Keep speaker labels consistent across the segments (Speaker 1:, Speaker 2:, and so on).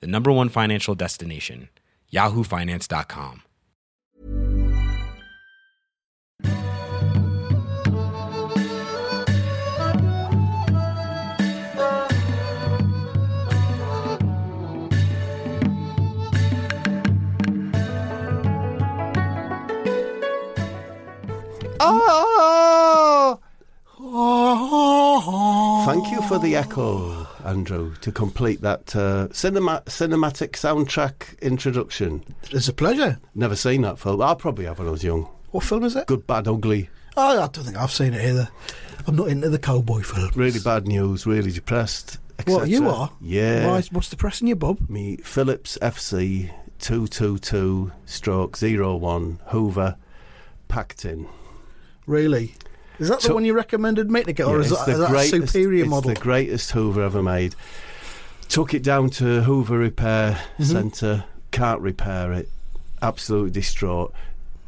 Speaker 1: the number one financial destination, yahoofinance.com.
Speaker 2: Oh!
Speaker 3: Oh!
Speaker 2: Thank you for the echo, Andrew, to complete that uh, cinema- cinematic soundtrack introduction.
Speaker 3: It's a pleasure.
Speaker 2: Never seen that film. I probably have when I was young.
Speaker 3: What film is it?
Speaker 2: Good, bad, ugly.
Speaker 3: Oh, I don't think I've seen it either. I'm not into the cowboy films.
Speaker 2: Really bad news. Really depressed. etc.
Speaker 3: What you are?
Speaker 2: Yeah.
Speaker 3: Why, is- what's depressing you, Bob?
Speaker 2: Me Phillips FC two two two stroke zero one Hoover packed in.
Speaker 3: Really? Is that
Speaker 2: So-
Speaker 3: the one you recommended me to get, or
Speaker 2: Yeah,
Speaker 3: is
Speaker 2: it's
Speaker 3: that, is that a superior
Speaker 2: it's
Speaker 3: model?
Speaker 2: the greatest Hoover ever made. Took it down to Hoover Repair
Speaker 3: Mm-hmm.
Speaker 2: Centre, can't repair it, absolutely distraught,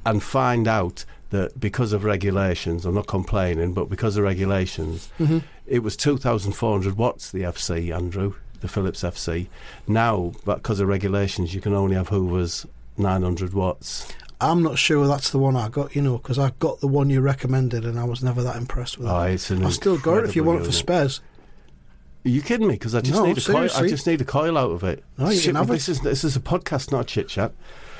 Speaker 2: and find out that because of regulations, I'm not complaining, but because of regulations,
Speaker 3: Mm-hmm.
Speaker 2: it was 2,400 watts, the FC, Andrew, the Phillips FC. Now, because of regulations, you can only have Hoovers 900 watts.
Speaker 3: I'm not sure that's the one I got, you know, because I got the one you recommended and I was never that impressed with it.
Speaker 2: Oh, it's an
Speaker 3: I still got it if you
Speaker 2: incredible
Speaker 3: want it for
Speaker 2: unit.
Speaker 3: spares.
Speaker 2: Are you kidding me? Because I just
Speaker 3: No,
Speaker 2: need a coil. I
Speaker 3: seriously.
Speaker 2: just need a coil out of it.
Speaker 3: No, you
Speaker 2: Shit,
Speaker 3: can have
Speaker 2: but this
Speaker 3: it.
Speaker 2: is this is a podcast, not a chit chat.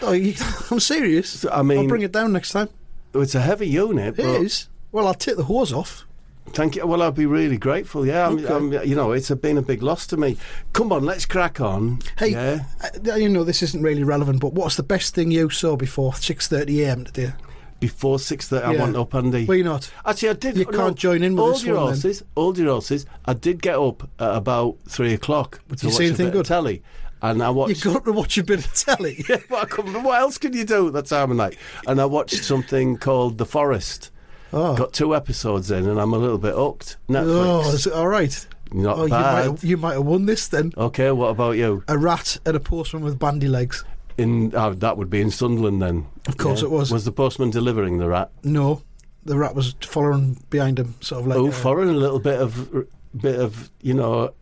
Speaker 3: Oh, you, I'm serious.
Speaker 2: So, I mean-
Speaker 3: I'll bring it down next time.
Speaker 2: It's a heavy unit.
Speaker 3: It
Speaker 2: but
Speaker 3: is. Well, I'll take the hose off.
Speaker 2: Thank you. Well, I'd be really grateful. Yeah, I'm,
Speaker 3: Okay.
Speaker 2: I'm, you know, it's a, been a big loss to me. Come on, let's crack on.
Speaker 3: Hey,
Speaker 2: yeah.
Speaker 3: uh, you know this isn't really relevant, but what's the best thing you saw before 6:30 a.m. today?
Speaker 2: Before six thirty, I
Speaker 3: Yeah.
Speaker 2: want up, Andy.
Speaker 3: Were you not?
Speaker 2: Actually, I did.
Speaker 3: You can't join in with
Speaker 2: all
Speaker 3: this
Speaker 2: your
Speaker 3: one, then.
Speaker 2: horses. All your horses. I did get up at about three o'clock to
Speaker 3: you
Speaker 2: watch
Speaker 3: see
Speaker 2: a
Speaker 3: anything
Speaker 2: bit
Speaker 3: good?
Speaker 2: of telly, and I watched.
Speaker 3: You got to watch a bit of telly.
Speaker 2: Well, I couldn't- what else can you do at that time of night? And I watched something called The Forest. Got two episodes in, and I'm a little bit hooked.
Speaker 3: oh,
Speaker 2: Netflix.
Speaker 3: is it all right?
Speaker 2: Not
Speaker 3: oh, you might
Speaker 2: bad.
Speaker 3: have, you might have won this then.
Speaker 2: okay, what about you?
Speaker 3: A rat and a postman with bandy legs.
Speaker 2: In oh, that would be in Sunderland then. Of
Speaker 3: course it was.
Speaker 2: Was the postman delivering the rat?
Speaker 3: No, the rat was following behind him, sort of like.
Speaker 2: Oh,
Speaker 3: uh,
Speaker 2: foreign, a little bit of, bit of you know,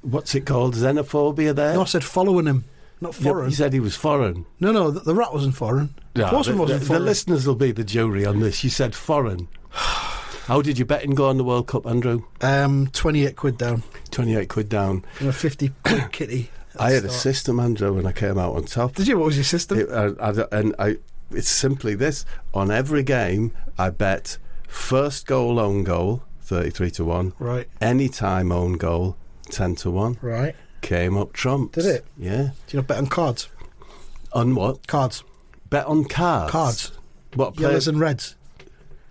Speaker 2: what's it called? Xenophobia there.
Speaker 3: no, I said following him, not
Speaker 2: Yeah,
Speaker 3: foreign.
Speaker 2: He said he was foreign.
Speaker 3: no, no, the, the rat wasn't foreign.
Speaker 2: No,
Speaker 3: the postman
Speaker 2: the,
Speaker 3: wasn't
Speaker 2: the-
Speaker 3: foreign.
Speaker 2: The listeners will be the jury on this. You said foreign. How did your betting go on the World Cup, Andrew?
Speaker 3: um, twenty-eight quid down
Speaker 2: Twenty-eight quid down.
Speaker 3: and a fifty quid kitty. at
Speaker 2: I
Speaker 3: the
Speaker 2: had a
Speaker 3: start.
Speaker 2: system, Andrew, when I came out on top.
Speaker 3: Did you? What was your system?
Speaker 2: It, uh, I, I- and I, it's simply this: on every game, I bet first goal own goal thirty-three to one,
Speaker 3: right,
Speaker 2: any time own goal ten to one.
Speaker 3: right.
Speaker 2: Came up trumps.
Speaker 3: Did it?
Speaker 2: Yeah.
Speaker 3: Do you know bet on cards?
Speaker 2: On what?
Speaker 3: Cards,
Speaker 2: Bet on cards.
Speaker 3: cards,
Speaker 2: What? Play,
Speaker 3: yellows and reds.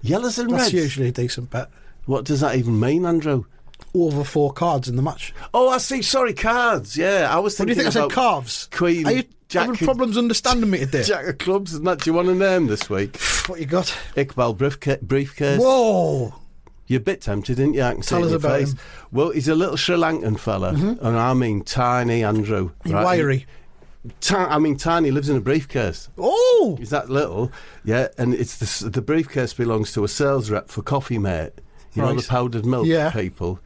Speaker 2: yellows and
Speaker 3: That's
Speaker 2: reds.
Speaker 3: usually a decent bet.
Speaker 2: What does that even mean, Andrew?
Speaker 3: Over four cards in the match.
Speaker 2: Oh, I see. Sorry, cards. Yeah, I was
Speaker 3: What do
Speaker 2: thinking.
Speaker 3: you think I said?
Speaker 2: about
Speaker 3: Carves.
Speaker 2: Queen.
Speaker 3: Are you
Speaker 2: Jack
Speaker 3: having
Speaker 2: and-
Speaker 3: problems understanding me today?
Speaker 2: Jack of clubs and that. Do you want a name this week?
Speaker 3: What you got?
Speaker 2: Iqbal briefca- briefcase.
Speaker 3: Whoa!
Speaker 2: You're a bit tempted, didn't you? I can see
Speaker 3: Tell
Speaker 2: it in
Speaker 3: us
Speaker 2: your
Speaker 3: about
Speaker 2: face.
Speaker 3: him.
Speaker 2: Well, he's a little Sri Lankan fella, and I mean tiny Andrew.
Speaker 3: You
Speaker 2: right?
Speaker 3: wiry.
Speaker 2: Ti- I mean tiny. Lives in a briefcase.
Speaker 3: Oh!
Speaker 2: He's that little, yeah. And it's the s- the briefcase belongs to a sales rep for Coffee Mate. You know
Speaker 3: Right.
Speaker 2: the powdered milk
Speaker 3: Yeah.
Speaker 2: people.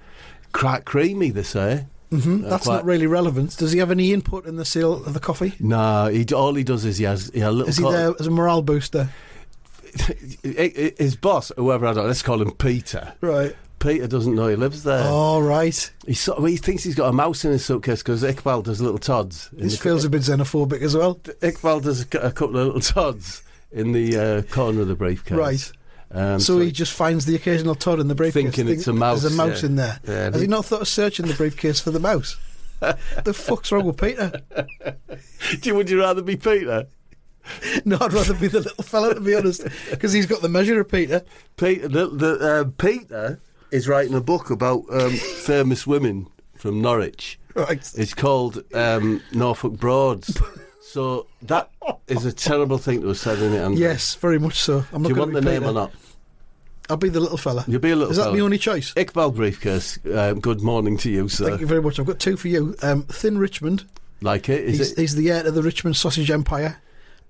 Speaker 2: Quite creamy, they say. Mm-hmm.
Speaker 3: That's not really relevant. Does he have any input in the sale of the coffee?
Speaker 2: No, he, d- all he does is he has, he has a little.
Speaker 3: Is he
Speaker 2: co-
Speaker 3: there as a morale booster?
Speaker 2: i- i- His boss, whoever I don't, let's call him Peter.
Speaker 3: Right.
Speaker 2: Peter doesn't know he lives there.
Speaker 3: All right.
Speaker 2: He sort of, he thinks he's got a mouse in his suitcase because Iqbal does little tods. In
Speaker 3: This
Speaker 2: the-
Speaker 3: feels a bit xenophobic as well.
Speaker 2: Iqbal does a, cou- a couple of little tods in the uh, corner of the briefcase.
Speaker 3: Right.
Speaker 2: Um,
Speaker 3: So he just finds the occasional Todd in the briefcase.
Speaker 2: Thinking it's a mouse,
Speaker 3: There's a mouse
Speaker 2: yeah.
Speaker 3: in there.
Speaker 2: Yeah, and
Speaker 3: Has
Speaker 2: he-
Speaker 3: he not thought of searching the briefcase for the mouse? the fuck's wrong with Peter?
Speaker 2: Do you- would you rather be Peter?
Speaker 3: No, I'd rather be the little fella, to be honest, because he's got the measure of Peter.
Speaker 2: Peter, the, the, uh, Peter is writing a book about um, famous women from Norwich.
Speaker 3: right.
Speaker 2: It's called um, Norfolk Broads. So that is a terrible thing to have said, isn't it? Andrew?
Speaker 3: Yes, very much so. I'm not
Speaker 2: Do you
Speaker 3: gonna
Speaker 2: want the
Speaker 3: repeat
Speaker 2: name
Speaker 3: it.
Speaker 2: or not?
Speaker 3: I'll be the little fella.
Speaker 2: You'll be a little.
Speaker 3: Is that
Speaker 2: fella.
Speaker 3: the only choice?
Speaker 2: Iqbal briefcase? Um, good morning to you, sir.
Speaker 3: Thank you very much. I've got two for you. Um, Thin Richmond.
Speaker 2: Like it? Is
Speaker 3: he's,
Speaker 2: it?
Speaker 3: he's the heir to the Richmond sausage empire,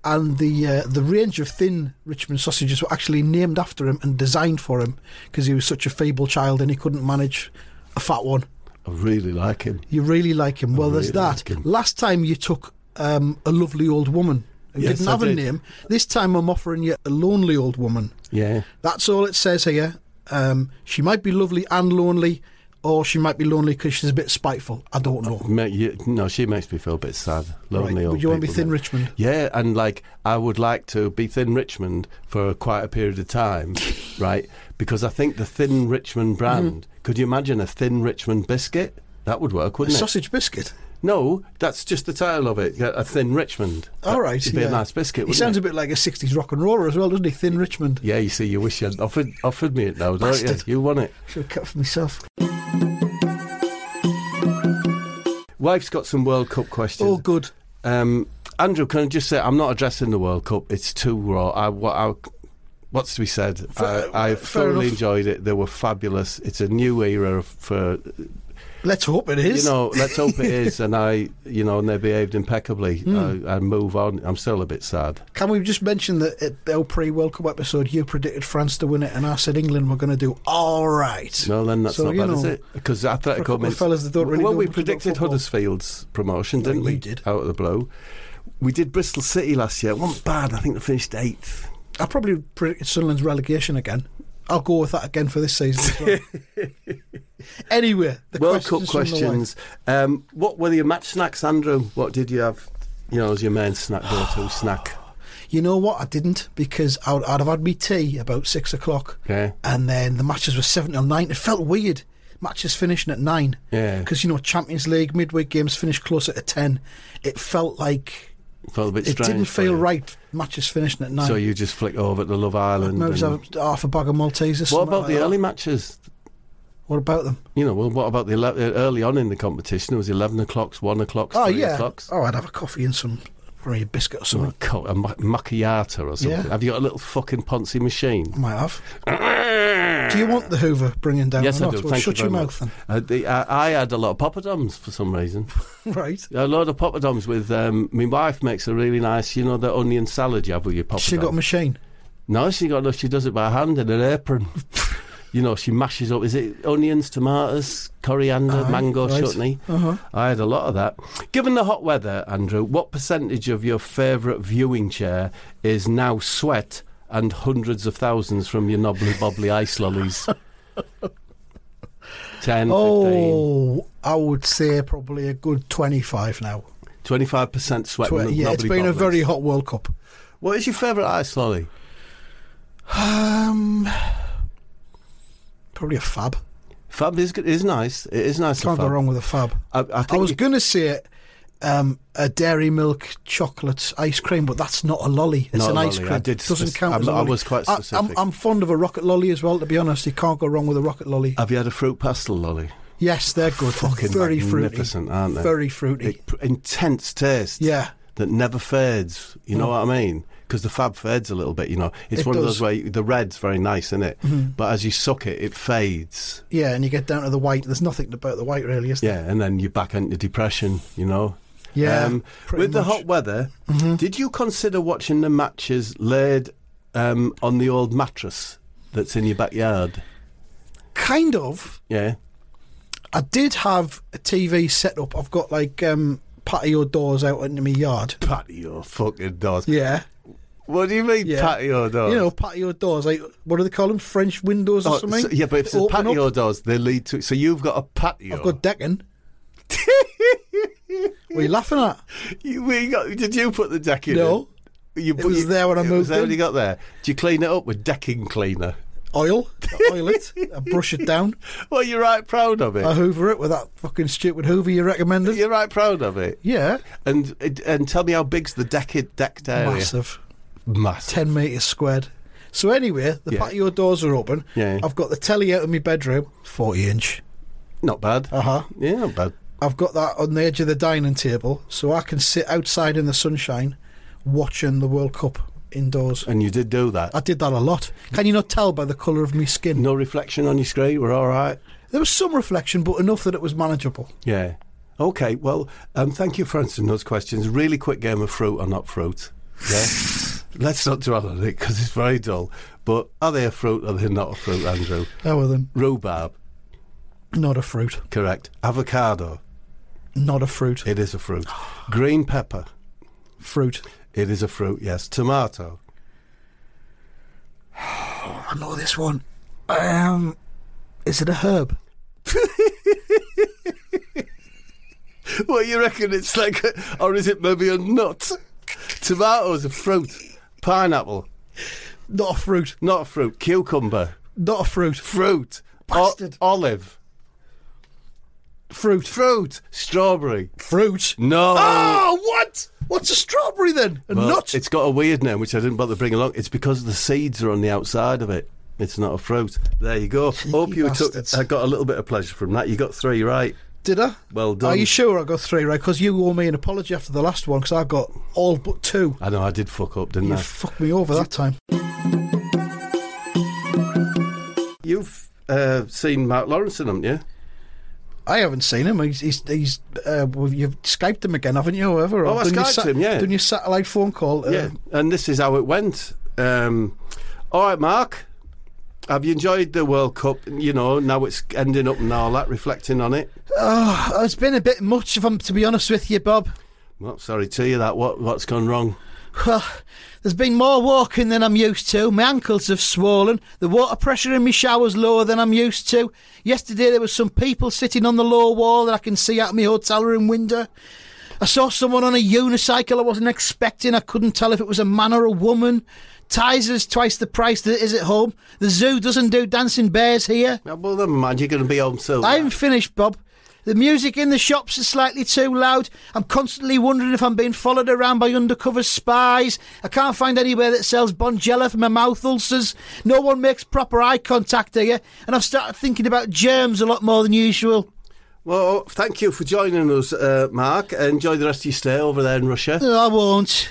Speaker 3: and the uh, the range of thin Richmond sausages were actually named after him and designed for him because he was such a feeble child and he couldn't manage a fat one.
Speaker 2: I really like him.
Speaker 3: You really like him. Well, there's
Speaker 2: really
Speaker 3: that.
Speaker 2: like him.
Speaker 3: Last time you took um, a lovely old woman who
Speaker 2: Yes,
Speaker 3: didn't
Speaker 2: I
Speaker 3: have a
Speaker 2: did.
Speaker 3: name. This time I'm offering you a lonely old woman.
Speaker 2: Yeah.
Speaker 3: That's all it says here. Um, she might be lovely and lonely, or she might be lonely because she's a bit spiteful. I don't know.
Speaker 2: Ma- you, no, she makes me feel a bit sad. Lonely
Speaker 3: Right.
Speaker 2: old
Speaker 3: Would you want to be
Speaker 2: people,
Speaker 3: thin
Speaker 2: mate.
Speaker 3: Richmond?
Speaker 2: Yeah, and like I would like to be thin Richmond for quite a period of time, right? Because I think the thin
Speaker 3: Mm-hmm.
Speaker 2: Richmond brand. Could you imagine a thin Richmond biscuit? That would work,
Speaker 3: A
Speaker 2: wouldn't it?
Speaker 3: sausage biscuit.
Speaker 2: No, that's just the title of it. A thin Richmond.
Speaker 3: All right,
Speaker 2: it'd be
Speaker 3: yeah.
Speaker 2: a nice biscuit.
Speaker 3: He
Speaker 2: Wouldn't
Speaker 3: sounds
Speaker 2: it?
Speaker 3: a bit like a 60s rock and roller as well, doesn't he? Thin Richmond.
Speaker 2: yeah, you see, you wish you would offered offered me it now, don't
Speaker 3: Bastard.
Speaker 2: you? You want it.
Speaker 3: Should have kept for myself.
Speaker 2: Wife's got some World Cup questions.
Speaker 3: All Oh, good.
Speaker 2: Um, Andrew, can I just say I'm not addressing the World Cup. It's too raw. I, what, I, what's to be said?
Speaker 3: Fair-
Speaker 2: I, I
Speaker 3: fair
Speaker 2: thoroughly
Speaker 3: enough.
Speaker 2: enjoyed it. They were fabulous. It's a new era for
Speaker 3: Let's hope it is.
Speaker 2: you know. Let's hope it is. And I, you know, and they behaved impeccably.
Speaker 3: Hmm.
Speaker 2: I, I move on. I'm still a bit sad.
Speaker 3: Can we just mention that at the pre World Cup episode, you predicted France to win it, and I said England were going to do all right.
Speaker 2: No, then that's
Speaker 3: So,
Speaker 2: not
Speaker 3: you
Speaker 2: bad,
Speaker 3: know,
Speaker 2: is it? Because
Speaker 3: for a
Speaker 2: Athletic
Speaker 3: couple
Speaker 2: Club
Speaker 3: of fellas that don't really
Speaker 2: Well,
Speaker 3: know
Speaker 2: we
Speaker 3: much about
Speaker 2: predicted
Speaker 3: football.
Speaker 2: Huddersfield's promotion,
Speaker 3: No,
Speaker 2: didn't we?
Speaker 3: you did.
Speaker 2: out of the blue. We did Bristol City last year. It wasn't bad. I think they finished eighth.
Speaker 3: I probably predicted Sunderland's relegation again. I'll go with that again for this season. As well. anyway, the
Speaker 2: World Cup
Speaker 3: questions from the wife.
Speaker 2: questions. Um, what were your match snacks, Andrew? What did you have? You know, as your main snack go-to snack.
Speaker 3: You know what? I didn't because I'd, I'd have had me tea about six o'clock.
Speaker 2: Okay.
Speaker 3: And then the matches were seven till nine. It felt weird. Matches finishing at nine.
Speaker 2: Yeah.
Speaker 3: Because, you know, Champions League midweek games finished closer to ten. It felt like
Speaker 2: Felt a bit
Speaker 3: it
Speaker 2: strange.
Speaker 3: didn't
Speaker 2: for
Speaker 3: feel
Speaker 2: you.
Speaker 3: right. Matches finishing at nine.
Speaker 2: So you just flick over to Love Island.
Speaker 3: Maybe
Speaker 2: and-
Speaker 3: have half a bag of Maltesers.
Speaker 2: what
Speaker 3: something
Speaker 2: about
Speaker 3: like
Speaker 2: the
Speaker 3: that.
Speaker 2: early matches?
Speaker 3: What about them?
Speaker 2: You know, well, what about the ele- uh, early on in the competition? It was eleven o'clocks, one o'clocks,
Speaker 3: Oh
Speaker 2: three
Speaker 3: yeah.
Speaker 2: o'clocks.
Speaker 3: Oh, I'd have a coffee and some, probably a biscuit or
Speaker 2: Some
Speaker 3: something.
Speaker 2: co- a ma- macchiato or something.
Speaker 3: Yeah.
Speaker 2: Have you got a little fucking Ponzi machine?
Speaker 3: I might have. Do you want the Hoover bringing down?
Speaker 2: Yes,
Speaker 3: or
Speaker 2: I
Speaker 3: not?
Speaker 2: do.
Speaker 3: Well,
Speaker 2: Thank
Speaker 3: shut
Speaker 2: you very
Speaker 3: your
Speaker 2: much.
Speaker 3: mouth
Speaker 2: Uh, the, I I had a lot of poppadoms for some reason.
Speaker 3: then. right.
Speaker 2: A lot of poppadoms with um, my wife makes a really nice, you know, the onion salad you have with your poppadom.
Speaker 3: She got a machine.
Speaker 2: no, she got no. She does it by hand in an apron. you know, she mashes up. Is it onions, tomatoes, coriander,
Speaker 3: Aye,
Speaker 2: mango
Speaker 3: right.
Speaker 2: chutney?
Speaker 3: Uh huh.
Speaker 2: I had a lot of that. Given the hot weather, Andrew, what percentage of your favourite viewing chair is now sweat and hundreds of thousands from your knobbly bobbly ice lollies? 10, 15,
Speaker 3: Oh, I would say probably a good 25 now.
Speaker 2: 25% sweat.
Speaker 3: Twe-
Speaker 2: and
Speaker 3: yeah, it's
Speaker 2: knobbly
Speaker 3: been a
Speaker 2: bobblies.
Speaker 3: very hot World Cup.
Speaker 2: What is your favourite ice lolly?
Speaker 3: Um, probably a fab.
Speaker 2: Fab is, good- is nice. It is nice. to
Speaker 3: Can't go
Speaker 2: fab.
Speaker 3: wrong with a fab.
Speaker 2: I, I think
Speaker 3: I was
Speaker 2: you-
Speaker 3: going to say um, a dairy milk chocolate ice cream, but that's not a lolly. It's
Speaker 2: Not
Speaker 3: an
Speaker 2: a
Speaker 3: ice
Speaker 2: lolly.
Speaker 3: cream.
Speaker 2: I did
Speaker 3: Doesn't
Speaker 2: spec-
Speaker 3: count
Speaker 2: I'm-
Speaker 3: as a
Speaker 2: I
Speaker 3: lolly.
Speaker 2: was quite
Speaker 3: I-
Speaker 2: specific.
Speaker 3: I'm, I'm fond of a rocket lolly as well. To be honest, you can't go wrong with a rocket lolly.
Speaker 2: Have you had a fruit pastel lolly?
Speaker 3: Yes, they're good.
Speaker 2: Fucking
Speaker 3: very fruity.
Speaker 2: magnificent, aren't they?
Speaker 3: Very fruity.
Speaker 2: It- pr- intense taste.
Speaker 3: yeah. Mm.
Speaker 2: That never fades. You know what I mean? Because the fab fades a little bit. You know, it's
Speaker 3: It
Speaker 2: one of
Speaker 3: does. Mm-hmm.
Speaker 2: those where you, the red's very nice, isn't it? But as you suck it, it fades.
Speaker 3: Yeah, and you get down to the white. There's nothing about the white, really, is there?
Speaker 2: Yeah, and then you're back into depression. You know.
Speaker 3: Yeah,
Speaker 2: um, with
Speaker 3: pretty
Speaker 2: the
Speaker 3: much.
Speaker 2: hot weather, did you consider watching the matches laid um, on the old mattress that's in your backyard?
Speaker 3: Kind of.
Speaker 2: Yeah.
Speaker 3: I did have a TV set up. I've got like um, patio doors out into my yard.
Speaker 2: Patio fucking doors.
Speaker 3: Yeah.
Speaker 2: What do you mean
Speaker 3: Yeah.
Speaker 2: patio doors?
Speaker 3: You know, patio doors. Like, what do they call them? French windows or
Speaker 2: Oh,
Speaker 3: something?
Speaker 2: so- yeah, but if
Speaker 3: They
Speaker 2: the
Speaker 3: open
Speaker 2: patio
Speaker 3: up.
Speaker 2: doors, they lead to. So you've got a patio.
Speaker 3: I've got decking. what are you laughing at?
Speaker 2: You- we got- did you put the deck in?
Speaker 3: No.
Speaker 2: You,
Speaker 3: It was there when I
Speaker 2: it
Speaker 3: moved
Speaker 2: Was there when
Speaker 3: in.
Speaker 2: you got there. Do you clean it up with decking cleaner?
Speaker 3: Oil. I oil it. I brush it down.
Speaker 2: Well, you're right proud of it.
Speaker 3: I hoover it with that fucking stupid hoover you recommended.
Speaker 2: you're right proud of it.
Speaker 3: Yeah.
Speaker 2: And and tell me how big's the decked decked area?
Speaker 3: Massive.
Speaker 2: Massive.
Speaker 3: 10 metres squared. So, anyway, the
Speaker 2: Yeah.
Speaker 3: patio doors are open.
Speaker 2: Yeah.
Speaker 3: I've got the telly out of my bedroom, 40 inch.
Speaker 2: Not bad.
Speaker 3: Uh huh.
Speaker 2: Yeah, not bad.
Speaker 3: I've got that on the edge of the dining table, so I can sit outside in the sunshine watching the World Cup indoors.
Speaker 2: And you did do that.
Speaker 3: I did that a lot. Can you not tell by the colour of my skin?
Speaker 2: No reflection on your screen. We're all right.
Speaker 3: There was some reflection, but enough that it was manageable.
Speaker 2: Yeah. Okay. Well, um, thank you for answering those questions. Really quick game of fruit or not fruit. Yeah. Let's not dwell on it because it's very dull. But are they a fruit or are they not a fruit, Andrew?
Speaker 3: Oh, well then,
Speaker 2: Rhubarb.
Speaker 3: not a fruit.
Speaker 2: Correct. Avocado.
Speaker 3: Not a fruit.
Speaker 2: It is a fruit. Green pepper.
Speaker 3: Fruit.
Speaker 2: It is a fruit. Yes. Tomato.
Speaker 3: I know this one. Um, is it a herb?
Speaker 2: Well, you reckon it's like, a- or is it maybe a nut? Tomatoes a fruit. Pineapple,
Speaker 3: Not a fruit.
Speaker 2: not a fruit. Cucumber,
Speaker 3: Not a fruit.
Speaker 2: fruit. O-
Speaker 3: Bastard.
Speaker 2: olive,
Speaker 3: Fruit.
Speaker 2: fruit. Strawberry.
Speaker 3: Fruit.
Speaker 2: No.
Speaker 3: Oh, what? What's a strawberry then? A
Speaker 2: Well,
Speaker 3: nut?
Speaker 2: It's got a weird name, which I didn't bother bringing along. It's because the seeds are on the outside of it. It's not a fruit. There you go. Hope you took.
Speaker 3: bastards.
Speaker 2: I got a little bit of pleasure from that. You got three right.
Speaker 3: Did I?
Speaker 2: Well done.
Speaker 3: Are you sure I got three right? Because you owe me an apology after the last one, because I got all but two.
Speaker 2: I know I did fuck up, didn't
Speaker 3: You
Speaker 2: I?
Speaker 3: fucked me over that time.
Speaker 2: You've uh, seen Mark Lawrenson, haven't you?
Speaker 3: I haven't seen him. He's he's, he's uh, well, you've skyped him again, haven't you? or Whatever. or
Speaker 2: Oh, I
Speaker 3: done your
Speaker 2: Skyped him, yeah.
Speaker 3: done your satellite phone call. Uh,
Speaker 2: yeah, and this is how it went. Um, all right, Mark, have you enjoyed the World Cup? You know, now it's ending up and all that, reflecting on it.
Speaker 3: oh, it's been a bit much. If I'm to be honest with you, Bob.
Speaker 2: Well, sorry to you that. What what's gone wrong?
Speaker 3: Well, there's been more walking than I'm used to. My ankles have swollen. The water pressure in my shower's lower than I'm used to. Yesterday there was some people sitting on the low wall that I can see out my hotel room window. I saw someone on a unicycle I wasn't expecting. I couldn't tell if it was a man or a woman. Tizers twice the price that it is at home. The zoo doesn't do dancing bears here.
Speaker 2: Oh, Well, never mind. You're going to be home soon.
Speaker 3: I haven't finished, Bob. The music in the shops is slightly too loud. I'm constantly wondering if I'm being followed around by undercover spies. I can't find anywhere that sells Bonjela for my mouth ulcers. No one makes proper eye contact here, and I've started thinking about germs a lot more than usual.
Speaker 2: Well, thank you for joining us, uh, Mark. Enjoy the rest of your stay over there in Russia.
Speaker 3: No, I won't.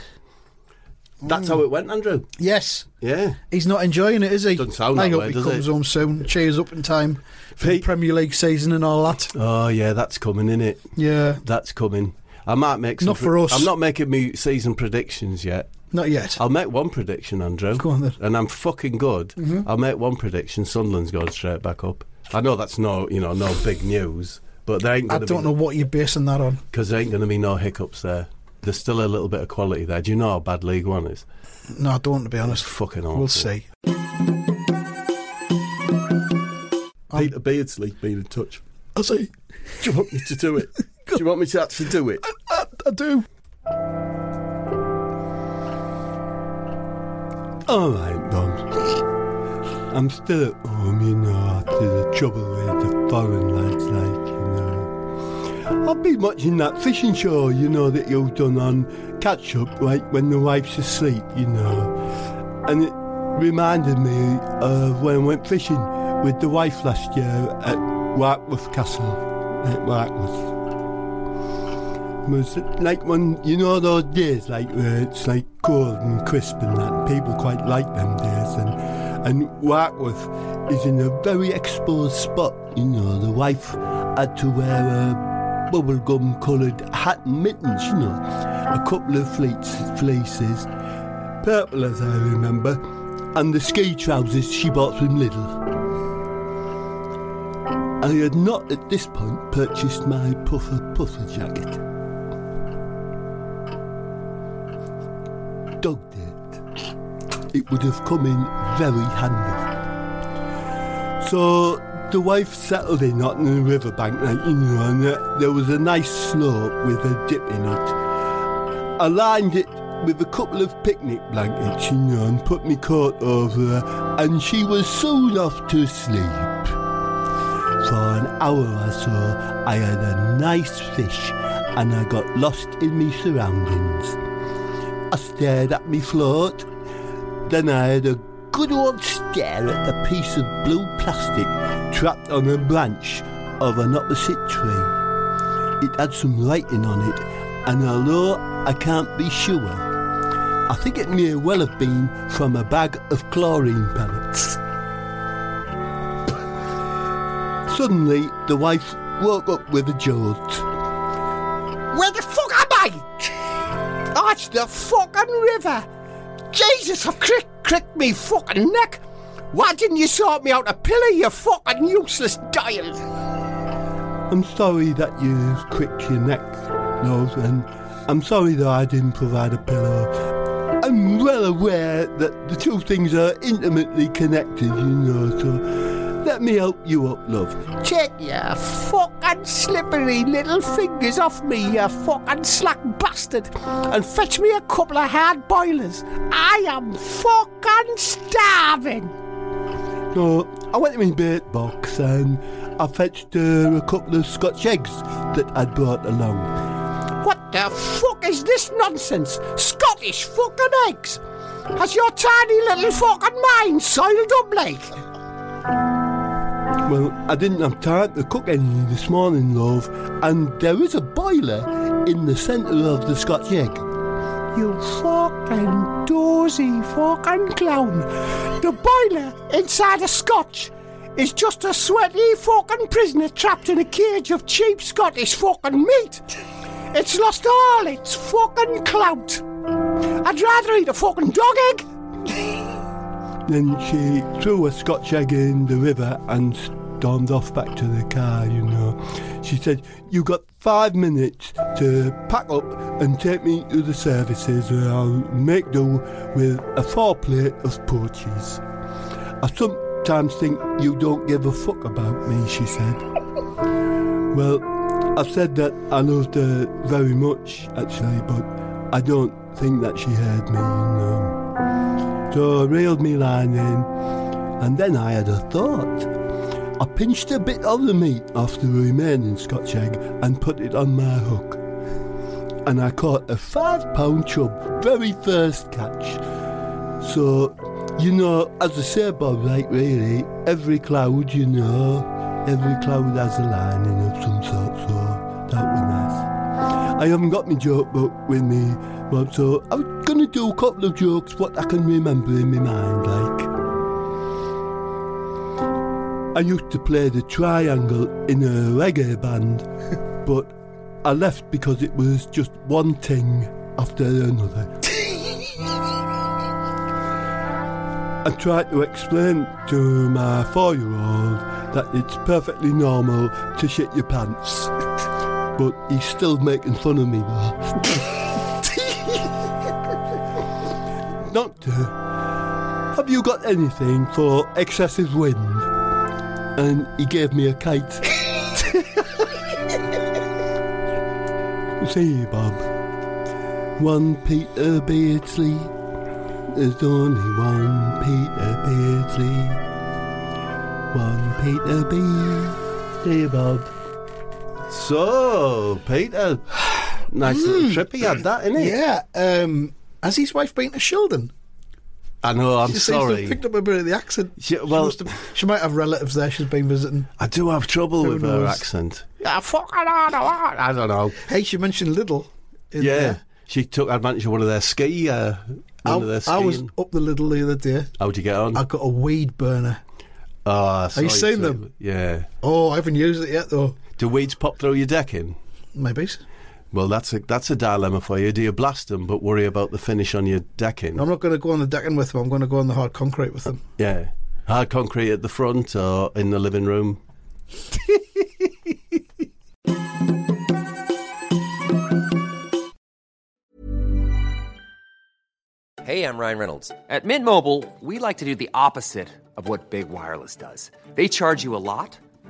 Speaker 2: That's how it went, Andrew.
Speaker 3: Yes,
Speaker 2: Yeah.
Speaker 3: he's not enjoying it, is he?
Speaker 2: Doesn't sound
Speaker 3: I
Speaker 2: that
Speaker 3: hope
Speaker 2: way,
Speaker 3: he
Speaker 2: does
Speaker 3: comes
Speaker 2: it?
Speaker 3: home soon, cheers up in time for the
Speaker 2: Pete?
Speaker 3: Premier League season and all that.
Speaker 2: Oh, yeah, that's coming, is it?
Speaker 3: Yeah,
Speaker 2: That's coming. I might make some.
Speaker 3: Not for us.
Speaker 2: I'm not making me season predictions yet.
Speaker 3: not yet.
Speaker 2: I'll make one prediction, Andrew.
Speaker 3: Go on then. Mm-hmm.
Speaker 2: And I'm fucking good. I'll make one prediction. Sunderland's going straight back up. I know that's no, you know, no big news, but there ain't.
Speaker 3: I
Speaker 2: Gonna
Speaker 3: don't
Speaker 2: be,
Speaker 3: know what you're basing that on.
Speaker 2: because there ain't going to be no hiccups there. There's still a little bit of quality there. Do you know how bad League One is?
Speaker 3: No, I don't, to be honest.
Speaker 2: It's fucking awful.
Speaker 3: We'll see.
Speaker 2: Peter Beardsley been in touch.
Speaker 3: I'll see.
Speaker 2: Do you want me to do it? do you want me to actually do it?
Speaker 3: I, I do.
Speaker 2: All right, Mum. I'm still at home, you know, after the trouble with the foreign lads, like, you know. I've been watching that fishing show, you know, that you've done on catch up, like when the wife's asleep, you know. And it reminded me of when I went fishing with the wife last year at Warkworth Castle, at Warkworth. was like when you know those days like where it's like cold and crisp and that and people quite like them days and and Warkworth is in a very exposed spot you know the wife had to wear a bubblegum coloured hat and mittens you know a couple of fleets, fleeces purple as I remember and the ski trousers she bought from Lidl I had not at this point purchased my puffer puffer jacket. Dogged it. It would have come in very handy. So the wife settled in out in the riverbank, like you know, and uh, there was a nice slope with a dip in it. I lined it with a couple of picnic blankets, you know, and put my coat over her, and she was soon off to sleep. For an hour or so, I had a nice fish and I got lost in me surroundings. I stared at me float, then I had a good old stare at a piece of blue plastic trapped on a branch of an opposite tree.
Speaker 4: it had some writing on it, and although I can't be sure, I think it may well have been from a bag of chlorine pellets. Suddenly, the wife woke up with a jolt.
Speaker 5: Where the fuck am I? Oh, it's the fucking river. Jesus, I've crick, cricked me fucking neck. Why didn't you sort me out a pillow, you fucking useless dial?
Speaker 4: I'm sorry that you cricked your neck, Rose, and I'm sorry that I didn't provide a pillow. I'm well aware that the two things are intimately connected, you know, so let me help you up, love.
Speaker 5: Take your fucking slippery little fingers off me, you fucking slack bastard, and fetch me a couple of hard boilers. I am fucking starving.
Speaker 4: No, I went to my bait box and I fetched her a couple of Scotch eggs that I'd brought along.
Speaker 5: What the fuck is this nonsense? Scottish fucking eggs? Has your tiny little fucking mind soiled up like?
Speaker 4: Well, I didn't have time to cook any this morning, love, and there is a boiler in the centre of the Scotch egg.
Speaker 5: You fucking dozy fucking clown. The boiler inside a scotch is just a sweaty fucking prisoner trapped in a cage of cheap Scottish fucking meat. It's lost all its fucking clout. I'd rather eat a fucking dog egg.
Speaker 4: Then she threw a Scotch egg in the river and stormed off back to the car, you know. She said, You got five minutes to pack up and take me to the services, or I'll make do with a four plate of poaches. I sometimes think you don't give a fuck about me, she said. Well, I've said that I loved her very much, actually, but I don't think that she heard me, you know. So I reeled me line in, and then I had a thought. I pinched a bit of the meat off the remaining Scotch egg and put it on my hook. And I caught a five pound chub, very first catch. So, you know, as I say, Bob, like really, every cloud, you know, every cloud has a lining of some sort, so that was nice. I haven't got my joke book with me, Bob, so I'm gonna do a couple of jokes what I can remember in my mind, like. I used to play the triangle in a reggae band, but I left because it was just one thing after another. I tried to explain to my four year old that it's perfectly normal to shit your pants, but he's still making fun of me though. Doctor, have you got anything for excessive wind? and he gave me a kite. See, Bob, one Peter Beardsley, there's only one Peter Beardsley. One Peter Beardsley, Bob.
Speaker 2: So, Peter, nice little trip he had that, innit?
Speaker 3: Mm. Yeah. Um, has his wife been to Sheldon?
Speaker 2: I know, I'm
Speaker 3: She seems to have
Speaker 2: sorry.
Speaker 3: picked up a bit of the accent.
Speaker 2: She- well-
Speaker 3: she, must have- she might have relatives there. She's been visiting.
Speaker 2: I do have trouble with her
Speaker 3: knows?
Speaker 2: accent.
Speaker 5: Yeah, fucking I don't know.
Speaker 2: I don't know.
Speaker 3: Hey, she mentioned Lidl. in
Speaker 2: Yeah.
Speaker 3: there.
Speaker 2: She took advantage of one of their ski, uh, one of
Speaker 3: I,
Speaker 2: their
Speaker 3: I
Speaker 2: skiing.
Speaker 3: was up the Lidl the other day.
Speaker 2: How'd you get on?
Speaker 3: I got a weed burner.
Speaker 2: oh, I saw
Speaker 3: you seen
Speaker 2: too.
Speaker 3: them?
Speaker 2: Yeah.
Speaker 3: Oh, I haven't used it yet though.
Speaker 2: Do weeds pop through your decking?
Speaker 3: Maybe.
Speaker 2: Well, that's a that's a dilemma for you. Do you blast them but worry about the finish on your decking?
Speaker 3: I'm not going to go on the decking with them. I'm going to go on the hard concrete with them.
Speaker 2: Yeah. Hard concrete at the front or in the living room?
Speaker 6: Hey, I'm Ryan Reynolds. At Mint Mobile, we like to do the opposite of what Big Wireless does. They charge you a lot,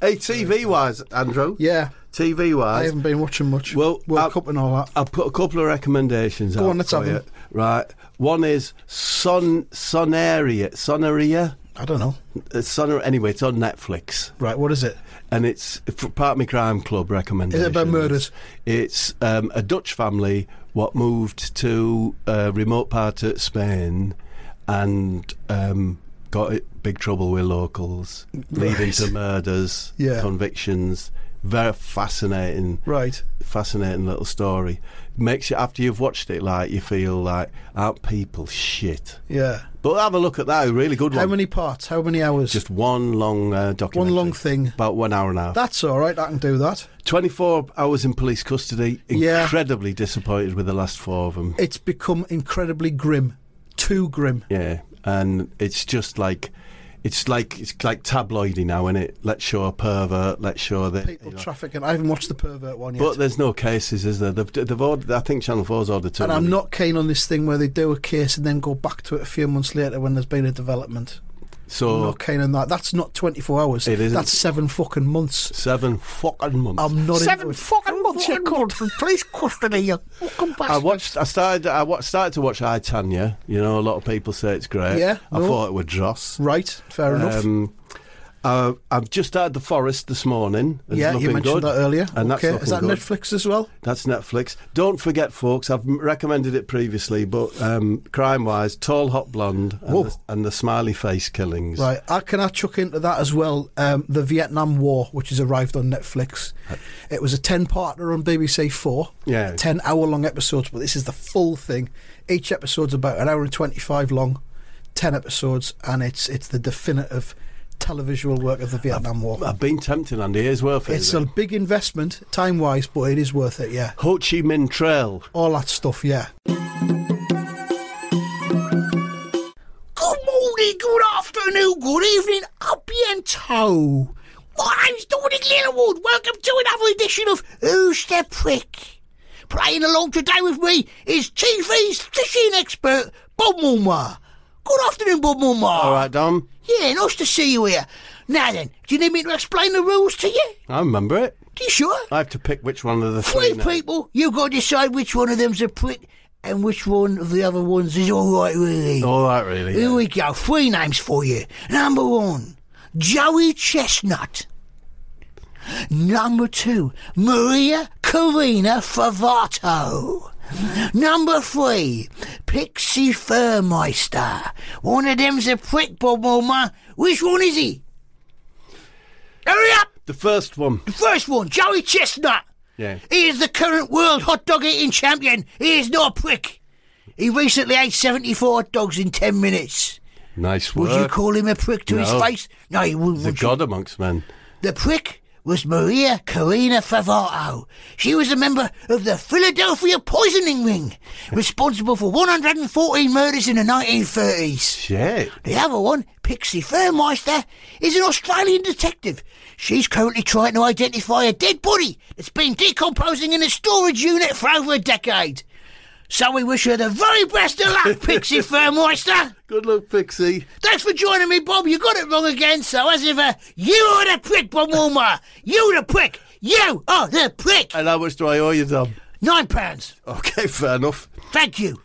Speaker 2: Hey, TV wise, Andrew.
Speaker 3: Yeah,
Speaker 2: TV
Speaker 3: I
Speaker 2: wise.
Speaker 3: haven't been watching much.
Speaker 2: Well, uh,
Speaker 3: World
Speaker 2: I-
Speaker 3: Cup and all that.
Speaker 2: I've put a couple of recommendations
Speaker 3: Go
Speaker 2: out
Speaker 3: on, let's
Speaker 2: for
Speaker 3: have
Speaker 2: you.
Speaker 3: 'em.
Speaker 2: Right. One is Son Sonaria. Sonaria?
Speaker 3: I don't know.
Speaker 2: Uh, Sonar, anyway, it's on Netflix.
Speaker 3: Right, what is it?
Speaker 2: And it's f- part of my crime club recommendation.
Speaker 3: about murders?
Speaker 2: It's um, a Dutch family what moved to a remote part of Spain and um, got it, big trouble with locals, leading to murders,
Speaker 3: Yeah.
Speaker 2: convictions. Very fascinating
Speaker 3: Right.
Speaker 2: fascinating little story. Makes you after you've watched it, like you feel like aren't people shit.
Speaker 3: Yeah.
Speaker 2: But have a look at that, a really good
Speaker 3: How
Speaker 2: one.
Speaker 3: many parts? How many hours?
Speaker 2: Just one long uh, documentary.
Speaker 3: long thing.
Speaker 2: About one hour and a half.
Speaker 3: That's all right. I can do that.
Speaker 2: Twenty-four hours in police custody.
Speaker 3: Yeah.
Speaker 2: Incredibly disappointed with the last four of them.
Speaker 3: It's become incredibly grim, too grim.
Speaker 2: yeah, and it's just like. It's like it's like tabloidy now, is it? Let's show a pervert. Let's show the
Speaker 3: People trafficking. I haven't watched the pervert one yet.
Speaker 2: But there's no cases, is there? They've, they've ordered, I think Channel 4's ordered two.
Speaker 3: and I'm not keen on this thing where they do a case and then go back to it a few months later when there's been a development. I'm
Speaker 2: so
Speaker 3: not keen on that. That's not 24 hours.
Speaker 2: Oh. It isn't.
Speaker 3: That's seven fucking months.
Speaker 2: seven fucking months.
Speaker 3: I'm not
Speaker 5: Seven
Speaker 3: into it.
Speaker 5: fucking months you're called from police custody, you fucking
Speaker 2: I
Speaker 5: bastard.
Speaker 2: watched. I started. I watched, started to watch I Tanya. You know, a lot of people say it's great.
Speaker 3: Yeah,
Speaker 2: I
Speaker 3: no.
Speaker 2: thought it was dross.
Speaker 3: Right, fair enough.
Speaker 2: Um, uh, I've just started The Forest this morning. It's
Speaker 3: yeah,
Speaker 2: looking
Speaker 3: you mentioned
Speaker 2: good.
Speaker 3: that earlier.
Speaker 2: And that's
Speaker 3: okay,
Speaker 2: looking
Speaker 3: is that
Speaker 2: good.
Speaker 3: Netflix as well?
Speaker 2: That's Netflix. Don't forget, folks. I've m- recommended it previously, but um, crime-wise, Tall Hot Blonde and the, and the Smiley Face Killings.
Speaker 3: Right, I can I chuck into that as well? Um, the Vietnam War, which has arrived on Netflix. It was a ten-parter on BBC Four.
Speaker 2: Yeah.
Speaker 3: ten-hour-long episodes, but this is the full thing. Each episode's about an hour and twenty-five long, ten episodes, and it's it's the definitive televisual work of the Vietnam War.
Speaker 2: I've been tempted, Andy. Here's worth it.
Speaker 3: it's
Speaker 2: isn't
Speaker 3: a
Speaker 2: it?
Speaker 3: big investment, time-wise, but it is worth it. Yeah,
Speaker 2: Ho Chi Minh Trail.
Speaker 3: all that stuff. Yeah,
Speaker 5: Good morning, good afternoon, good evening, up biento. My name's Dominic Littlewood. Welcome to another edition of Who's the Prick? Playing along today with me is TV's fishing expert, Bob Mulmar. Good afternoon, Bob Mulmar.
Speaker 2: All right, Dom.
Speaker 5: Yeah, nice to see you here. Now then, do you need me to explain the rules to you?
Speaker 2: I remember it.
Speaker 5: You sure?
Speaker 2: I have to pick which one of the three.
Speaker 5: Three
Speaker 2: now.
Speaker 5: people, you got to decide which one of them's a prick and which one of the other ones is all right, really.
Speaker 2: All right, really.
Speaker 5: Here
Speaker 2: Oh, yeah.
Speaker 5: we go. Three names for you. Number one, Joey Chestnut. Number two, Maria Karina Favato. Number three, Pixie Furmeister. One of them's a prick, Bob Mulmer. Which one is he? Hurry up!
Speaker 2: The first one.
Speaker 5: The first one, Joey Chestnut.
Speaker 2: Yeah.
Speaker 5: He is the current world hot dog eating champion. He is no prick. He recently ate 74 hot dogs in 10 minutes.
Speaker 2: Nice work.
Speaker 5: Would you call him a prick to his
Speaker 2: No.
Speaker 5: face? No, you wouldn't.
Speaker 2: the
Speaker 5: would you?
Speaker 2: god amongst men.
Speaker 5: The prick was Maria Karina Favato. She was a member of the Philadelphia poisoning ring, responsible for 114 murders in the 1930s.
Speaker 2: Shit.
Speaker 5: The other one, Pixie Fairmeister, is an Australian detective. She's currently trying to identify a dead body that's been decomposing in a storage unit for over a decade. So we wish her the very best of luck, Pixie Fairmeister.
Speaker 2: Good luck, Pixie.
Speaker 5: Thanks for joining me, Bob. You got it wrong again, so as if uh, you are the prick, Bob Wilmar. You the prick. You are the prick.
Speaker 2: And how much do I owe you, Dom?
Speaker 5: Nine pounds.
Speaker 2: Okay, fair enough.
Speaker 5: Thank you.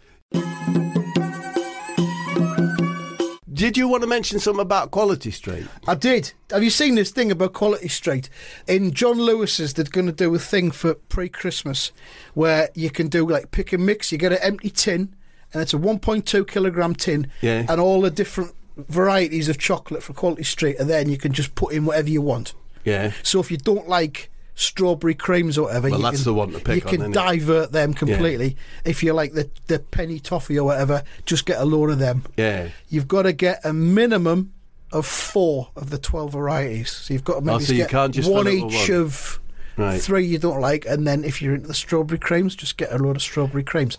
Speaker 2: Did you want to mention something about Quality Street?
Speaker 3: I did. Have you seen this thing about Quality Street? In John Lewis's, they're going to do a thing for pre-Christmas where you can do like pick and mix. You get an empty tin, and it's a 1.2 kilogram tin,
Speaker 2: Yeah.
Speaker 3: and all the different varieties of chocolate for Quality Street, and then you can just put in whatever you want.
Speaker 2: Yeah.
Speaker 3: So if you don't like strawberry creams or whatever.
Speaker 2: Well, that's the one to pick
Speaker 3: You
Speaker 2: on,
Speaker 3: can
Speaker 2: innit?
Speaker 3: divert them completely. If you like the the penny toffee or whatever, just get a load of them.
Speaker 2: Yeah.
Speaker 3: You've got to get a minimum of four of the twelve varieties. So you've got to maybe
Speaker 2: Oh, so you
Speaker 3: get
Speaker 2: can't just
Speaker 3: one
Speaker 2: fill it with
Speaker 3: each
Speaker 2: one.
Speaker 3: of
Speaker 2: Right.
Speaker 3: three you don't like, and then if you're into the strawberry creams, just get a load of strawberry creams.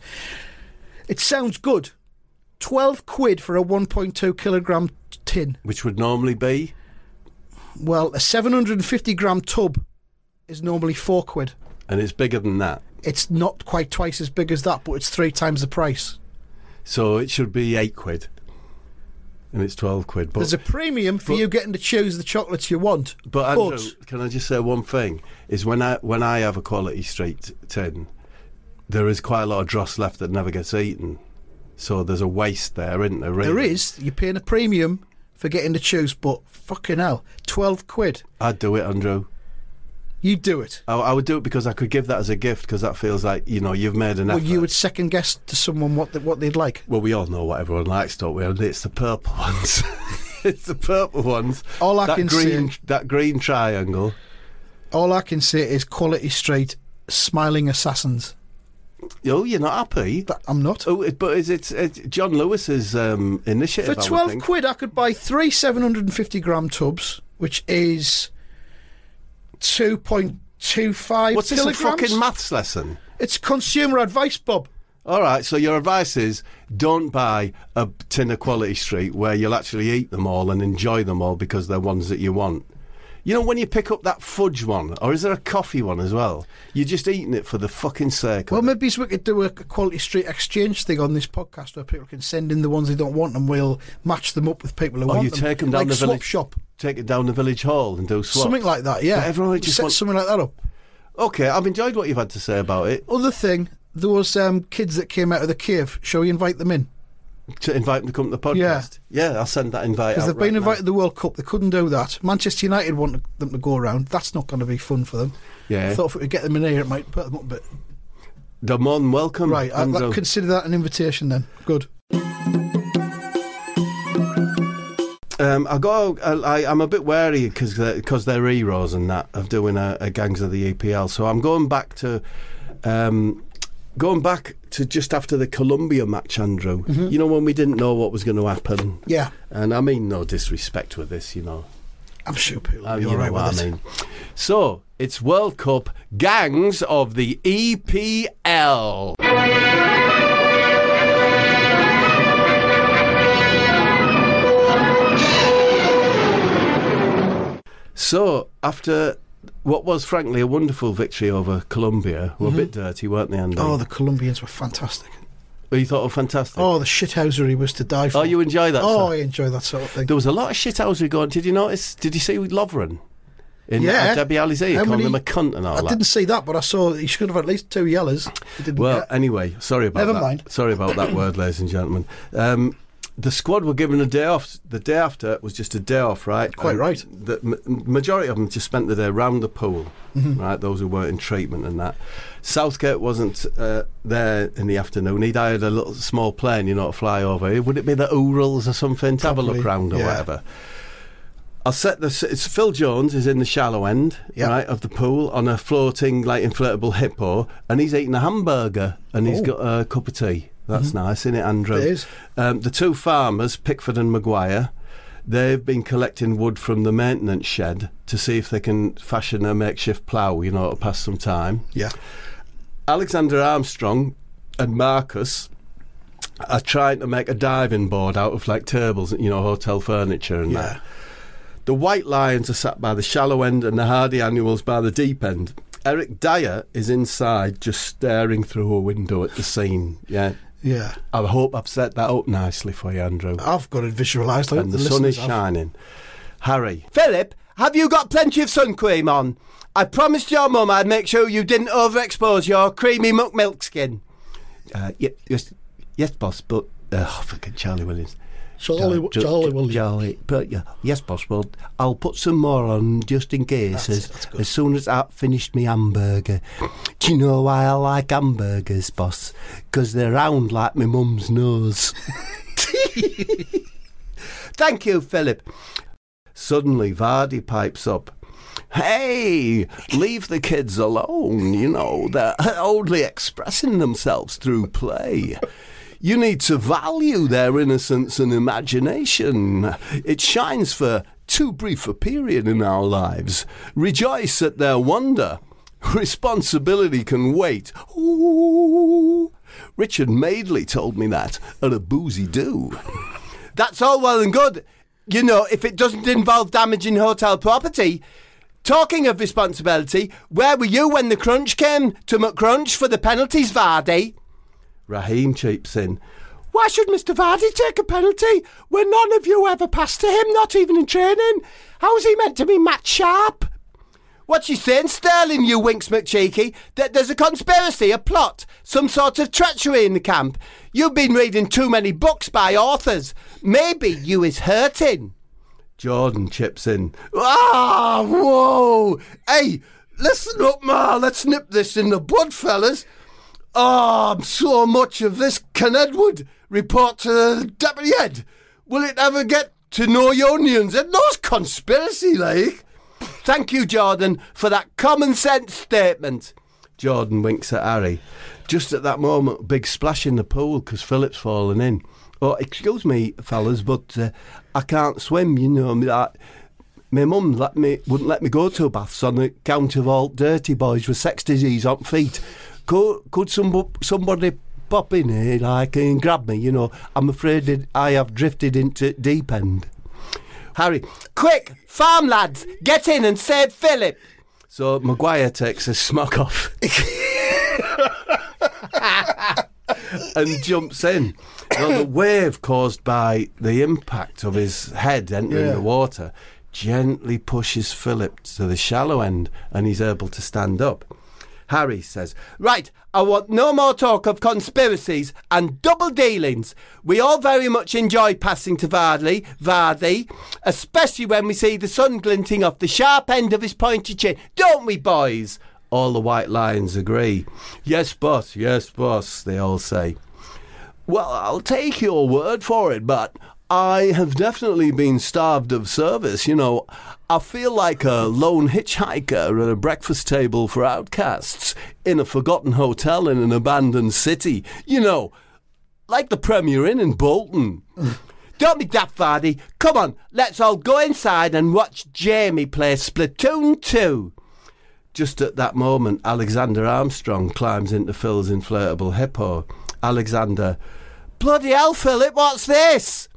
Speaker 3: It sounds good. Twelve quid for a one point two kilogram tin.
Speaker 2: Which would normally be
Speaker 3: Well, a seven hundred and fifty gram tub is normally four quid.
Speaker 2: and it's bigger than that.
Speaker 3: It's not quite twice as big as that, but it's three times the price.
Speaker 2: So it should be eight quid. And it's twelve quid. But
Speaker 3: There's a premium for you getting to choose the chocolates you want.
Speaker 2: But Andrew, can I just say one thing? Is when I when I have a quality straight tin, there is quite a lot of dross left that never gets eaten. So there's a waste there, isn't there? Really?
Speaker 3: There is. You're paying a premium for getting to choose, but fucking hell, twelve quid.
Speaker 2: I'd do it, Andrew.
Speaker 3: You do it.
Speaker 2: I, I would do it because I could give that as a gift because that feels like you know you've made an
Speaker 3: Well,
Speaker 2: effort.
Speaker 3: you would second guess to someone what the, what they'd like.
Speaker 2: Well, we all know what everyone likes, don't we? And it's the purple ones. it's the purple ones.
Speaker 3: All I
Speaker 2: that
Speaker 3: can
Speaker 2: green,
Speaker 3: say-
Speaker 2: that green triangle.
Speaker 3: All I can say is quality straight, smiling assassins.
Speaker 2: Oh, you're not happy.
Speaker 3: That I'm not.
Speaker 2: Oh, it- but is it it's John Lewis's um,
Speaker 3: For
Speaker 2: initiative? I would
Speaker 3: twelve
Speaker 2: think.
Speaker 3: quid, I could buy three seven hundred and fifty gram tubs, which is two point two five
Speaker 2: What's this a
Speaker 3: kilograms.
Speaker 2: fucking maths lesson?
Speaker 3: it's consumer advice, Bob.
Speaker 2: All right, so your advice is don't buy a tin of Quality Street where you'll actually eat them all and enjoy them all because they're ones that you want. You know, when you pick up that fudge one, or is there a coffee one as well? You're just eating it for the fucking sake of
Speaker 3: Well,
Speaker 2: it.
Speaker 3: maybe we could do a quality street exchange thing on this podcast where people can send in the ones they don't want, and we'll match them up with people who
Speaker 2: Or
Speaker 3: want
Speaker 2: Oh, you
Speaker 3: them.
Speaker 2: take them down
Speaker 3: like
Speaker 2: the
Speaker 3: swap
Speaker 2: village
Speaker 3: shop,
Speaker 2: Take it down the village hall and do swaps.
Speaker 3: something like that. Yeah,
Speaker 2: But everyone just
Speaker 3: set
Speaker 2: wants-
Speaker 3: something like that up.
Speaker 2: Okay, I've enjoyed what you've had to say about it.
Speaker 3: Other thing, those um, kids that came out of the cave. Shall we invite them in?
Speaker 2: To invite them to come to the
Speaker 3: Yeah.
Speaker 2: podcast. Yeah, I'll send that invite out.
Speaker 3: Because they've
Speaker 2: right
Speaker 3: been
Speaker 2: now.
Speaker 3: invited to the World Cup, they couldn't do that. Manchester United want them to go around. That's not going to be fun for them.
Speaker 2: Yeah.
Speaker 3: I thought if we could get them in here, it might put them up a bit.
Speaker 2: They're more than welcome.
Speaker 3: Right, I,
Speaker 2: Andrew.
Speaker 3: I consider that an invitation then. Good.
Speaker 2: Um, I go. I, I'm a bit wary because because they're heroes and that of doing a, a Gangs of the EPL. So I'm going back to, um, going back to just after the Colombia match, Andrew. You know when we didn't know what was going to happen.
Speaker 3: Mm-hmm. Yeah,
Speaker 2: And I mean no disrespect with this, you know.
Speaker 3: I'm sure people will
Speaker 2: Uh,
Speaker 3: be
Speaker 2: you
Speaker 3: all
Speaker 2: know
Speaker 3: right
Speaker 2: what
Speaker 3: with
Speaker 2: I
Speaker 3: it.
Speaker 2: mean. So it's World Cup Gangs of the E EPL. So after what was frankly a wonderful victory over Colombia, were a bit dirty, weren't they, Andy?
Speaker 3: Mm-hmm. Oh, the Colombians were fantastic.
Speaker 2: you thought were fantastic.
Speaker 3: Oh, the shithousery was to die for.
Speaker 2: Oh, you enjoy that?
Speaker 3: Oh,
Speaker 2: sir?
Speaker 3: I enjoy that sort of thing.
Speaker 2: There was a lot of shit out going. Did you notice? Did you see Lovren? In
Speaker 3: Yeah.
Speaker 2: Debbie Alizé,
Speaker 3: How
Speaker 2: calling
Speaker 3: many-
Speaker 2: him a cunt and all
Speaker 3: I
Speaker 2: that.
Speaker 3: didn't see that, but I saw he should have had at least two yellows. He didn't
Speaker 2: Well,
Speaker 3: get.
Speaker 2: anyway, sorry about
Speaker 3: Never
Speaker 2: that.
Speaker 3: mind.
Speaker 2: Sorry about that word, ladies and gentlemen. Um, the squad were given a day off. The day after was just a day off, right?
Speaker 3: Quite
Speaker 2: And
Speaker 3: right.
Speaker 2: The m- majority of them just spent the day round the pool,
Speaker 3: Mm-hmm.
Speaker 2: right? Those who weren't in treatment and that. Southgate wasn't uh, there in the afternoon. He'd hired a little small plane, you know, to fly over. Would it be the Urals or something? To have a look
Speaker 3: Probably,
Speaker 2: round or
Speaker 3: yeah.
Speaker 2: whatever. I'll set the. s- It's Phil Jones is in the shallow end,
Speaker 3: Yep.
Speaker 2: right, of the pool on a floating, like inflatable hippo, and he's eating a hamburger and he's got a cup of tea. That's nice, isn't it, Andrew?
Speaker 3: Oh. Mm-hmm. It is.
Speaker 2: Um, the two farmers, Pickford and Maguire, they've been collecting wood from the maintenance shed to see if they can fashion a makeshift plough, you know, to pass some time.
Speaker 3: yeah.
Speaker 2: Alexander Armstrong and Marcus are trying to make a diving board out of like tables, you know, hotel furniture and that. The White Lions are sat by the shallow end and the Hardy Annuals by the deep end. Eric Dyer is inside just staring through a window at the scene. Yeah.
Speaker 3: Yeah.
Speaker 2: I hope I've set that up nicely for you, Andrew.
Speaker 3: I've got it visualised. I hope
Speaker 2: and the, sun is
Speaker 3: listeners have.
Speaker 2: shining. Harry. Philip, have you got plenty of sun cream on? I promised your mum I'd make sure you didn't overexpose your creamy muck milk skin. Uh, ye- yes, yes, boss, but. Oh, fucking Charlie Williams.
Speaker 3: Charlie,
Speaker 2: Jo- Jo-
Speaker 3: Charlie Williams.
Speaker 2: Charlie, but yeah, yes, boss. Well, I'll put some more on just in case. as, as soon as I've finished my hamburger. Do you know why I like hamburgers, boss? Because they're round like my mum's nose. Thank you, Philip. Suddenly, Vardy pipes up. hey, leave the kids alone. You know, they're only expressing themselves through play. You need to value their innocence and imagination. It shines for too brief a period in our lives. Rejoice at their wonder. Responsibility can wait. Ooh. Richard Madeley told me that at a boozy do.
Speaker 4: That's all well and good, you know, if it doesn't involve damaging hotel property. Talking of responsibility, where were you when the crunch came to McCrunch for the penalties, Vardy?
Speaker 2: Raheem chips in.
Speaker 4: Why should Mr. Vardy take a penalty when none of you ever passed to him, not even in training? How's he meant to be match sharp? What's she saying, Sterling, you winks McCheeky? That there's a conspiracy, a plot, some sort of treachery in the camp. You've been reading too many books by authors. Maybe you is hurting.
Speaker 2: Jordan chips in.
Speaker 4: Ah, whoa! Hey, listen up, Ma. Let's nip this in the bud, fellas. Ah, so much of this can Edward report to the deputy head. Will it ever get to know your onions? And those conspiracy, like. Thank you, Jordan, for that common sense statement.
Speaker 2: Jordan winks at Harry.
Speaker 4: Just at that moment, big splash in the pool because Philip's fallen in.
Speaker 2: Oh, excuse me, fellas, but uh, I can't swim, you know. Me- I, my mum let me, wouldn't let me go to baths on account of all dirty boys with sex disease on feet. Could, could some, somebody pop in here, like, and grab me, you know? I'm afraid that I have drifted into deep end.
Speaker 4: Harry, quick, farm lads, get in and save Philip.
Speaker 2: So Maguire takes his smock off and jumps in. Now, the wave caused by the impact of his head entering
Speaker 4: Yeah.
Speaker 2: the water gently pushes Philip to the shallow end and he's able to stand up.
Speaker 4: Harry says, Right, I want no more talk of conspiracies and double dealings. We all very much enjoy passing to Vardley, Vardy, especially when we see the sun glinting off the sharp end of his pointy chin. Don't we, boys?
Speaker 2: All the white lions agree. Yes, boss, yes, boss, they all say. Well, I'll take your word for it, but I have definitely been starved of service. You know, I feel like a lone hitchhiker at a breakfast table for outcasts in a forgotten hotel in an abandoned city. You know, like the Premier Inn in Bolton.
Speaker 4: Don't be daft, Vardy. Come on, let's all go inside and watch Jamie play Splatoon 2.
Speaker 2: Just at that moment, Alexander Armstrong climbs into Phil's inflatable hippo. Alexander,
Speaker 4: Bloody hell, Philip, what's this?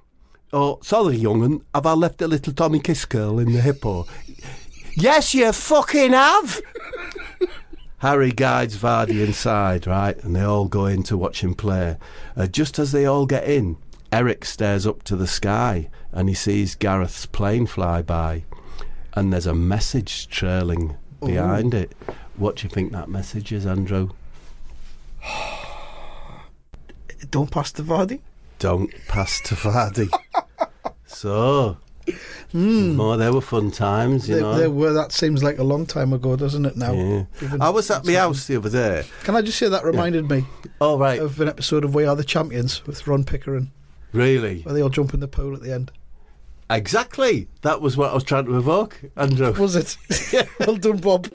Speaker 2: oh, sorry, young'un, have I left a little Tommy Kiss curl in the hippo?
Speaker 4: Yes, you fucking have.
Speaker 2: Harry guides Vardy inside, right, and they all go in to watch him play. Uh, just as they all get in, Eric stares up to the sky and he sees Gareth's plane fly by, and there's a message trailing behind it. What do you think that message is, Andrew?
Speaker 3: Don't pass to Vardy.
Speaker 2: Don't pass to Vardy. so, oh, they were fun times, you
Speaker 3: There,
Speaker 2: know.
Speaker 3: there Hmm. were. That seems like a long time ago, doesn't it? Now,
Speaker 2: Yeah.
Speaker 3: Given-
Speaker 2: I was at my house the other day.
Speaker 3: Can I just say that reminded me
Speaker 2: Oh, right.
Speaker 3: of an episode of We Are the Champions with Ron Pickering,
Speaker 2: Really?
Speaker 3: where they all jump in the pool at the end.
Speaker 2: Exactly. That was what I was trying to evoke, Andrew.
Speaker 3: Was it? well done, Bob.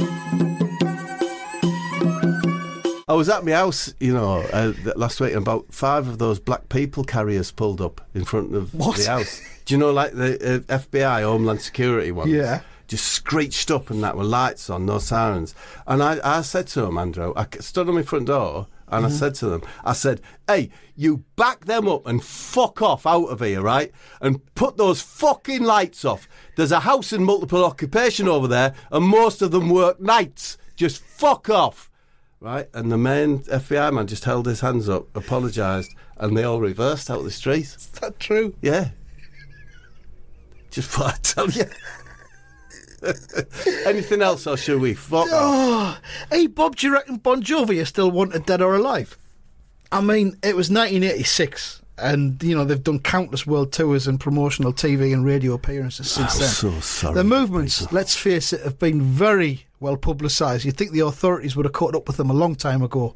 Speaker 2: I was at my house, you know, uh, th- last week, and about five of those black people carriers pulled up in front of the house. Do you know, like the uh, FBI, Homeland Security ones?
Speaker 3: Yeah.
Speaker 2: Just screeched up and that were lights on, no sirens. And I, I said to them, Andrew, I c- stood on my front door and I said to them, I said, hey, you back them up and fuck off out of here, right? And put those fucking lights off. There's a house in multiple occupation over there and most of them work nights. Just fuck off right? And the main FBI man just held his hands up, apologised, and they all reversed out the street.
Speaker 3: Is that true?
Speaker 2: Yeah. Just what I tell you. Anything else, or should we fuck
Speaker 3: Oh,
Speaker 2: off?
Speaker 3: Hey, Bob, do you reckon Bon Jovi is still wanted dead or alive? I mean, it was 1986, and, you know, they've done countless world tours and promotional TV and radio appearances since
Speaker 2: I'm
Speaker 3: then.
Speaker 2: so sorry.
Speaker 3: The movements, let's face it, have been very well publicised. You'd think the authorities would have caught up with them a long time ago,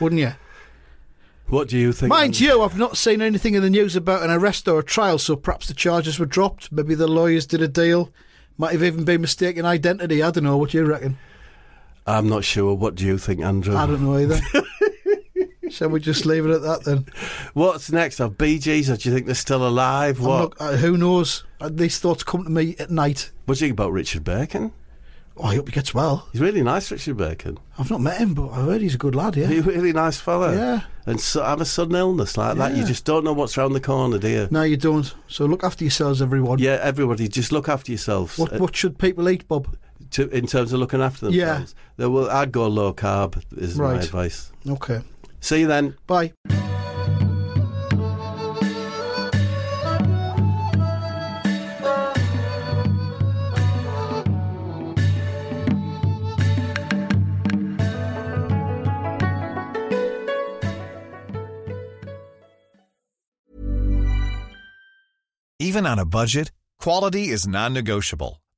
Speaker 3: wouldn't you?
Speaker 2: What do you think?
Speaker 3: Mind you, I've not seen anything in the news about an arrest or a trial, so perhaps the charges were dropped. Maybe the lawyers did a deal. Might have even been mistaken identity. I don't know. What do you reckon?
Speaker 2: I'm not sure. What do you think, Andrew?
Speaker 3: I don't know either. Shall we just leave it at that then?
Speaker 2: What's next? Are BGs? Or do you think they're still alive?
Speaker 3: I'm not-
Speaker 2: What?
Speaker 3: uh, who knows? Uh, These thoughts come to me at night.
Speaker 2: What do you think about Richard Bacon?
Speaker 3: Oh, I hope he gets well.
Speaker 2: He's really nice, Richard Bacon.
Speaker 3: I've not met him, but I heard he's a good lad. Yeah.
Speaker 2: He's a really nice fella.
Speaker 3: Yeah.
Speaker 2: And so, have a sudden illness like that. You
Speaker 3: Yeah.
Speaker 2: just don't know what's round the corner, do you?
Speaker 3: No, you don't. So look after yourselves, everyone.
Speaker 2: Yeah, everybody, just look after yourselves.
Speaker 3: What
Speaker 2: uh,
Speaker 3: What should people eat, Bob?
Speaker 2: to, in terms of looking after
Speaker 3: Yeah.
Speaker 2: themselves. They will, I'd go low carb, is my
Speaker 3: Right.
Speaker 2: advice.
Speaker 3: Okay.
Speaker 2: See you then.
Speaker 3: Bye.
Speaker 7: Even on a budget, quality is non-negotiable.